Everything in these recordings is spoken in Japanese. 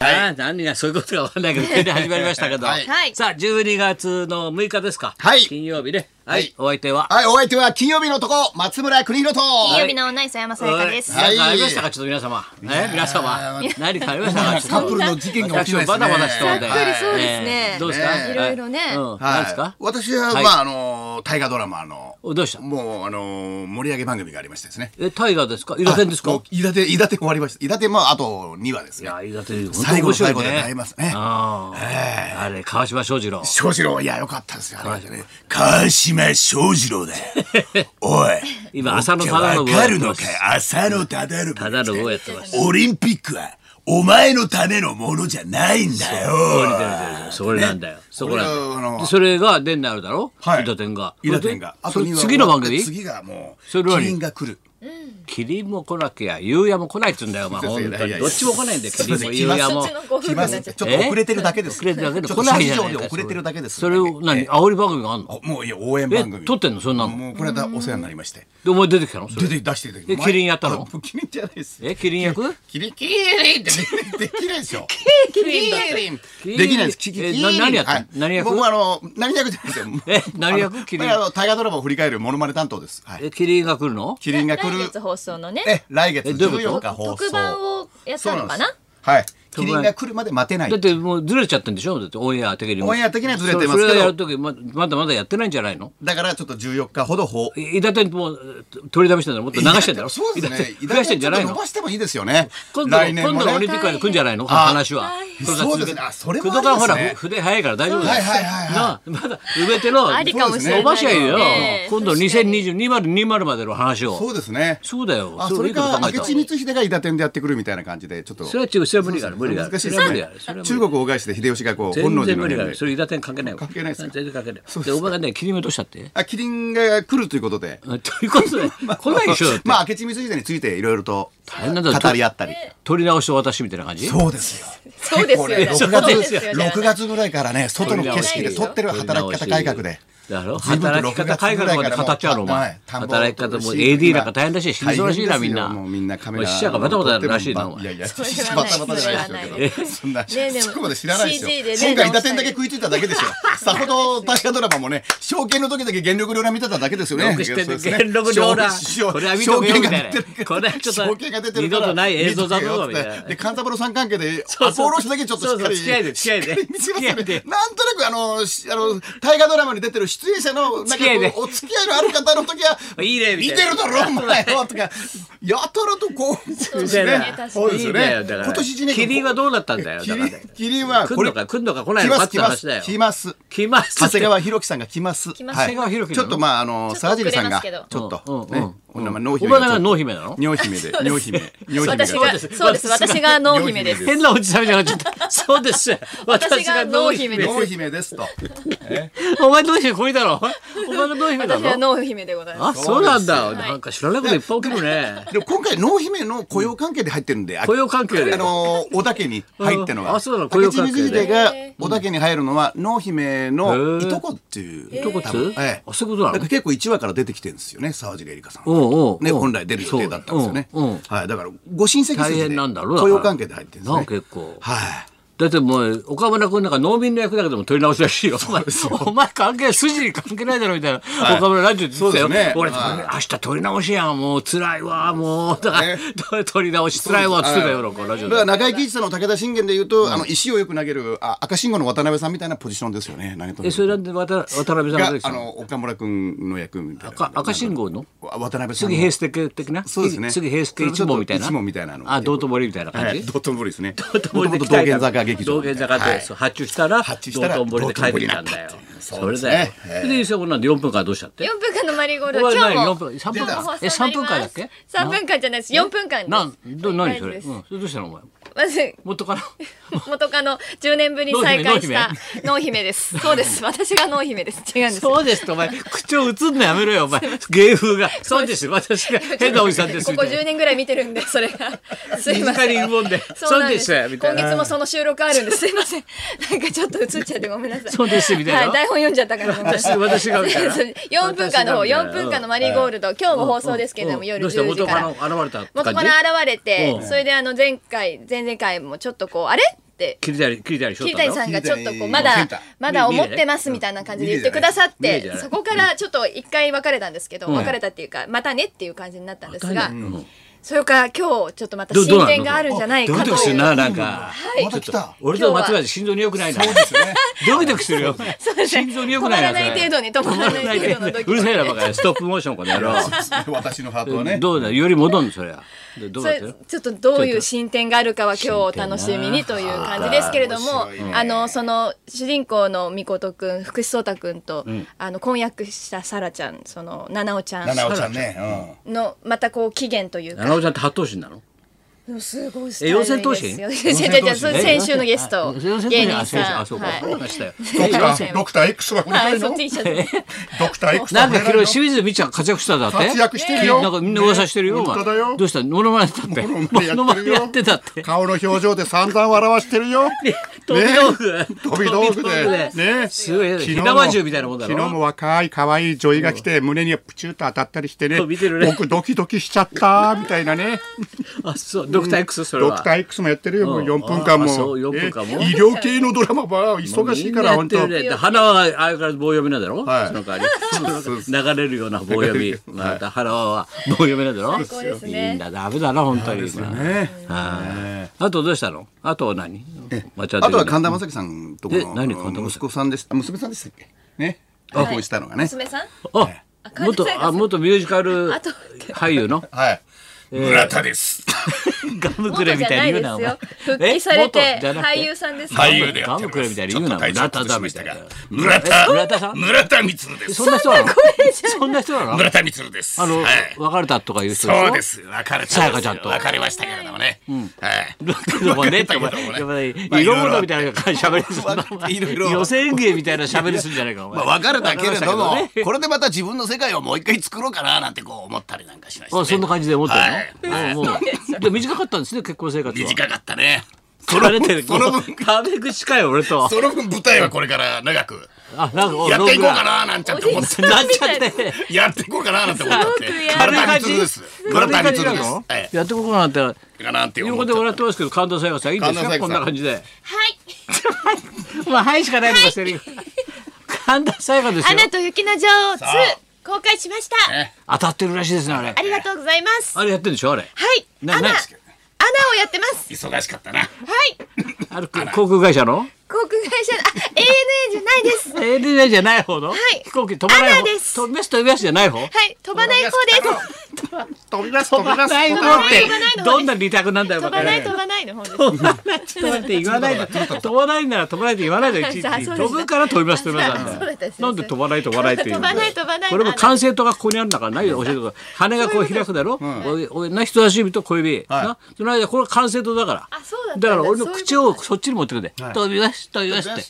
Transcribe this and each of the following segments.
な何がそういうことかわかん ないけど、急に始まりましたけど。はいはいさあ、12月の6日ですか。はい金曜日ね。ははいい。お相手は。はい、お相手は金曜日のとこ、松村邦弘と。金曜日のナイス山さやかです。はいなんかありましたか、ちょっと皆様。え皆様。何かありましたか。カップルの事件が起きて私もバますね。タバタしておいて。ざっくりそうですねえーどうですか。ねいろいろねうん。は何いですか。私は、はいまあ、あの、大河ドラマの、おどうした。もう、あの、盛り上げ番組がありましてですね。え、タイガーですか。イラテンですもかう。伊達、伊達終わりました。伊達、まあ、あと2話ですいね。や、イラテン。最後の最後で本当面白いね会えますねああ。あれ、川島翔二郎。翔士郎、いや、よかったですよ。あれはね川島翔 士郎だよ。おい。今浅野おっちゃん忠信わかるのやってか、浅野忠信。ただのをやってました。オリンピックは、お前のためのものじゃないんだそう似てよ。る似てるそれなんだよ。そこなんだこれがあよ。のでそれが伝内あるだろ。はい伊達天が。イラテンが。そあと二話次の番組。次がもう、それ何キリンが来る。キリンも来なきゃ、夕也も来ないっつうんだよ、お前、そうそう本当いやいに。やどっちも来ないんだよ、キリンもそう夕そう也もそっ。ちのご夫婦来になまっちゃすっちたょっと遅れてるだけです。遅れてるだけでちょっと来ないじゃ諸ない事情で遅れてるだけです。それを、何、煽り番組があんの。もういや応援え番組。、撮ってんの、そんなの。もうこれだお世話になりまして。で、お前出てきたの。それ出て出していただきえキリンやったのあキリンじゃないです。え、キリン役。キリンキリンってできないですよ。キリンキリンできないです。えな何やったはい何役僕はあの何役じゃないですよ。え何役あのキリンこれあの大河ドラマを振り返るモノマネ担当です。はい。え、キリンが来るの。キリンが来来る月。放送のね、え来月えどういうこと14日放送。特番をやったのかな。はい。キ特番リンが来るまで待てないだっ。て、もうずれちゃってんでしょだって、オンエア的にも。オンエア的にはずれてますけどそれをやる時、ま、まだまだやってないんじゃないの。だからちょっと14日ほど放い伊達天も、取りだめしてんだろ、もっと流してんだろ。 そうで すね。伊達天増やしてんじゃないちょっのと伸。ばしてもいいですよね。今度来の、年今も度のオリねン。ピックから来るんじゃないの、あ話は。そうですねあそれもあ工り藤でほすら、ねふ筆早いから大丈夫だよ。はいはいはいなまだ、上手の、ありかもしれない。伸ばしゃいいよ。ね今度確かに2020、2020までの話そを。うですね。そうだよ。あそれいいことか考え明た智光秀が伊達天でやってくるみたいな感じでちょっとそれは違う、それは無理がある、無理がある。難しいでそれはす無理があねる。それは無理がある中国を返して秀吉がこう本能全寺然無理があの変る。でそれ、伊達天関係ないわ。関係ないですか全然関係ない。そうでで、すかお前がね、切り目どうしたって。 あキリンが来るということでうんという ことで、来ないでしょ。だってまあ明智光秀についていろいろと大変なんだよ語り合ったり取り直して私みたいな感じそうですよそうですよね。結構ねそう6ですよね月6月ぐらいからね外の景色で撮ってる働き方改革でだろ随分と働き方改革まで語っちゃうのおは前い田んぼ働き方も AD なんか大変だし死にそうらしいな大み変ですんよなもうみんなカメもラう死者がバタバタやるらしいなおいや前いやれ死は者バないタバタじゃないですよけどそんなねえでもそこまで知らないですよ CG でね今回伊達天だけ食いついただけですよさほど大河ドラマもね証券の時だけ原力量乱見てただけですよねよく知ってんそうねですね元禄領だ証証これは見とけよみたいな証券が出てるこれはちょっと証券が出てるから二度とない映像だぞ見とけみよってたいなで勘三郎さん関係でそうアポそうおろしだけちょっとしっかりそうそう付き合いで付き合いでしっかり見せますよ付き合いねでなんとなくあのしあの大河ドラマに出てる出演者のなんか付き合いでこうお付き合いのある方の時はいいねみ見たていなるだろお前よとかやたらとこうそうですね確かにそうでいいすよんだねよだから今年一年キリンはどうなったんだよキだリかンらキリンは来んのこれか来んのか来ないのかって来ま話すだよ来ます来ますって長谷川博己さんが来ます来ますはい長谷川博己なのちょっとまああのちょっ沢と尻遅れさんがますちけどょっうんうんとうねんお名前濃お姫前が濃姫なの濃姫で濃姫 濃姫私ががそうです。私が濃姫です。変なおじさんみたいになっちゃったそうです私私がが濃濃姫姫でですす濃姫ですとお前濃姫これだろお前が濃姫だ私はろ濃姫でございまあす。そうなんだそうですなんか知らないこといっぱい起きるねでも今回濃姫の雇用関係で入ってるんで 雇用関係であのー織田家に入ってのうんがあそうなの雇用関係で明智光秀が織田家に入るのは濃姫のいとこっていういとこっつ多分ええあそういうことなのだから結構1話から出てきてるんですよね沢尻エリカさんはうんうんうんね本来出る予定だったんですよねそううんうんはいだからご親戚大筋変でなんだろうだから雇用関係で入ってるんですなあね結構はいだってもう岡村君なんか農民の役だけでも取り直しらしいよ。お前お前関係筋に関係ないだろみたいな、い岡村ラジオで言ってたよ。そうですね俺、は明日取り直しやんもう辛いわもうだから、ね取り直し辛いわっつってたよなんかラジオだでか。ら中井貴一さんの武田信玄でいうと、あの石をよく投げるあ赤信号の渡辺さんみたいなポジションですよね投げとえそれなんで渡渡辺さんがの時さあの岡村君の役みたいな赤赤信号のわ渡辺さん杉の平介的なそうですね杉平介一門みたいな一門みたいなのあ道頓堀みたいな感はじ、い道頓堀ですね道道頓堀で道玄坂劇場道玄坂で、はいそう発注したら発注したら道頓堀で帰ってきたんだよ道頓堀になったっていうそそうでれすねだよ、ええで伊勢女で4分間どうしたって四分間のマリーゴールこド。れは今何日4も分3分今日も放送え3分間にだなりますっけ三分間じゃないです。四分間です。なんど何それ、ですうん、それどうしたのお前まず元 から元カノ10年ぶりに再会した濃濃姫です。そうです。私が濃姫です。違うんです。そうですってお前口を映んのやめろよお 前芸風がそうです私が変なおじさんですこみこたいな10年ぐらい見てるんで、そ れが。すいま身近せん。にいるもんでそうなんでそす。うですみたい今な月もその収録あるんです。すいません。なんかちょっと映っちゃってごめんな さい。そうですみたいなはい、台本読んじゃったからごめんなさい。私私がみ たいな4分間の方、私がみたいな4分間のマリーゴールド、今日も放送ですけれども、うん夜どうした10時元か。からら現れたって元感カじノ現れてう、んそれであの前回、前々回もちょっとこう、あれって桐谷桐谷翔桐太だ谷よさんがちょっとこう桐谷まセだンターまだ思ってますみたいな感じで言ってくださっ見えててないそこからちょっと一回別れたんですけどうん別れたっていうかまたねっていう感じになったんですがうんどそれから今日ちょっとまたどうなの進展があるんじゃないドキかとドキすいるうななんかまた来た。俺と松原心臓に良くないなそうですよね。ドキドキするよそうですね心臓に良くないな 止まらないそれ程度に止まらない程度のドキドキうる せえなバカストップモーションこの野郎私のハートはね。どうだより戻んのそれはでどうそだっれたよ ちょっとどういう進展があるかは今日お楽しみに進展とないう感じですけれどあーも面白いねあのその主人公のみことくん福士蒼太くんと、あの婚約したサラちゃんその七尾ちゃ七ん尾ちゃんね。のまたこう期限というか七尾ちゃんって八頭身なのすごいスえ四千頭身ですよ 違う違うそれ先週のゲストえ 四千頭身芸人さんあそうかあそうかそうはか したようん。ドクタはいー、ドクター X はこい、れはないい、そのの T シャ ツドクター X なんかはこ昨れ日清水美ちゃん活躍しただって活躍してるよなんかみんな噂してるよねお前本当だよどうしたモノマネだってモノマネやってるよ モノマネやってたって顔の表情で散々笑わして るよ。飛び道具飛び道具で。ね。すごい昨日ひもなまんじゅうみたいなもんだろ昨日も若い可愛い女医が来て胸にプチューと当たったりしてね見てるね僕ドキドキしちゃったみたいなねあそうドクター X それドはクター X もやってるよもううん4分間あそもう四分間もえ医療系のドラマは忙しいからみ本んなや当ってるねで花輪はあれから棒読みなんだろ、はいその代わりその流れるような棒読みまた花輪は棒読みなんだろ最高ですねいいんだダメだな本当に今ねはいあとどうしたのあとは何まあちゃんあと言はう神ね田正輝さんとこえ何神田正の輝息子さんですあ娘さんでしたっけね離婚したのがね娘さんああ元神田沙也加さあん元ミュージカルあと俳優のはい村田ですガムクレみたいに言うなお前元じゃないですよ復帰されてえ元じゃ なく俳優さんですよガム俳優でやっておりますガムクレみたいに言ちうょなっと体調崩し村田だまみしたたいがな村田え村田さん村田光ですそんな人なのそんな人なの村田光ですあのはい別れたとかいう人でしょそうです別れさやたかちゃんと別れましたけれどもね はいけどもねってお前けやどっもぱねりまあ色物みたいな喋りするなお前いろい ろ寄せ演芸みたいな喋りするんじゃないかお前まあ別れたけれども別れましたけどねこれでまた自分の世界をもう一回作ろうかななんてこう思ったりなんかしましたねあそんな感じで思ったはいのあもうで短かったんですね結婚生活は短かったねそれてるその分タメ口かよ俺とその分舞台はこれから長くあなんかおやっていこうかロななんちゃって思っンてグランなっちゃってやっていこうかななんて思ったってすごくや村軽田い感光じです村田軽い光感でじなすのえやってこうかなってえかなって思横っでちゃ笑っってますけど神田沙也加さんいいんです神田か沙也加さこんんな感じではいお前はいしかないとかしてるよ神田沙也加ですアよナと雪の女王2さあ公開しました。たね当たってるらしいですねあれありがとうございます。はあれやってるんでしょあれい、アなナ、なアナをやってます。忙しかったなはい、ある航空会社の航空会社、あ、ANA じゃないです。は ANA じゃない方の、い飛行機飛ばないア方ナです飛びます飛びますじゃない方い、飛ばない方です。飛び出す飛び出すない方飛ばっないて飛ばないの方ですどんな利託なんだよ飛バばカない、ね飛ばないの方です。飛ばない飛ばないって言わないで飛ばないなら飛ばないって言わないでいちいちあそうでした飛ぶから飛びます飛びますあそうだったなんで飛ばない飛ばないっていう飛ばない飛ばないこれも完成とがここにあるんだからないよ教えてください羽がこう開くだろおいおいな人差し指と小指なその間これ完成とだからあそうだったんだだから俺のそういうこと口をそっちに持ってくれ飛び出し飛び出しって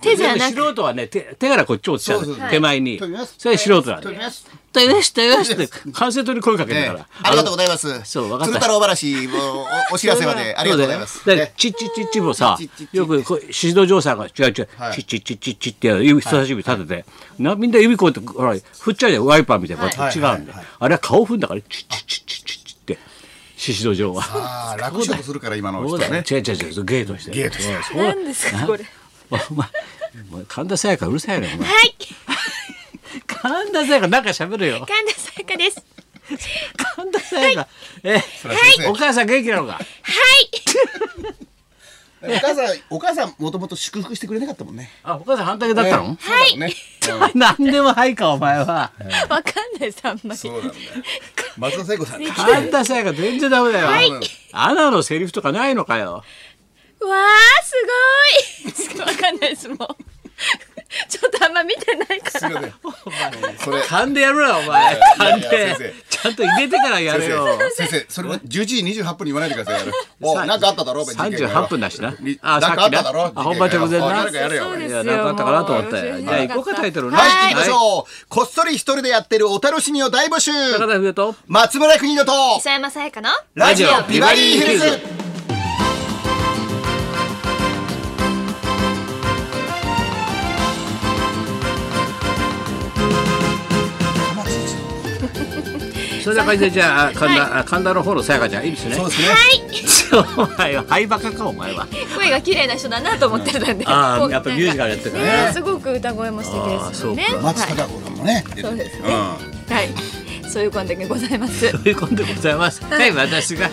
手じゃなく素人はね手手からこっち落ちちゃうそうそうそう手前に飛びますそれ素人なんで飛びます飛び出し飛び出しって完成とに声かけるんだからありがとうございます。そうわかった鶴太郎話もおお知らせまでありがとうございます。そうだよだねからチッチッチッチッもさチッチッチッ、チッよくこう指導上さんが違う違う、チッはいチッチッチッチッってやる指人差し指立てて、なみんな指こうやってほら振っちゃうじゃんワイパーみたいなこうやって違うんで、はいはいはいあれは顔踏んだからチッチッチッチッチッチッって指導上は。ああ、楽勝するから今のそ人うはだねね。違う違う違うゲートしてゲートしてうんそうなんですか、これ。お前お前神田沙也加うるさいねお前はい、神田沙也加なんか喋るよ神田沙也加です。神田沙也加えはいお母さん元気なのかはおい、母さん、お母さんもともと祝福してくれなかったもんね。あお母さん反対だったのねそうだもんね。何でもはいかお前はわかんないです、あんまり。そうなんだよ。松田聖子さん。わ神田沙也加全然ダメだよ。アナのセリフとかないのかよ。わー、すごい。わかんないです、もう。ちょっとあんま見てないから。それ。噛んでやるな、お前。噛んいやいやで先。ちゃんと入れてからやれよ。先生、それも11時28分に言わないでください。お、なんかあっただろう、三十八分だしな。あ、なんかあっただろあ、本番直前おな。誰かやれよ。そうでいすよや、なんかあったかなと思っもうたよ。吉じ田ゃあ、さん行こうか、タイトルね。はい、行きましょう。こっそり一人でやってるお楽しみを大募集。高田冬と。松村邦乃と。磯山さやかの。ラジオビバリーヒルズ。そんな感じで、じゃあ、神田、あ神田の方のさやかちゃん、いいですね。そうですね。はい、お前は灰バカかお前は声が綺麗な人だなと思ってたんで、あーこうやっぱミュージカルやってるからねねすごく歌声も素敵ですよねあーそうか松はいたか子さんもね出てそうてですね、はいそういうことでございま すということでございますはい私 が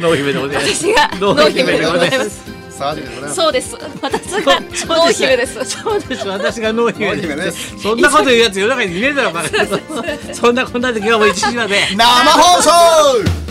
濃姫でございます私が濃姫でござい濃姫でございまますうんさあでございますそうです私がノーヒルですそうです私が濃姫濃姫でですすそんなこと言うやつ世の中にいねえだろバカそんなこんなで今日も一時まで生放送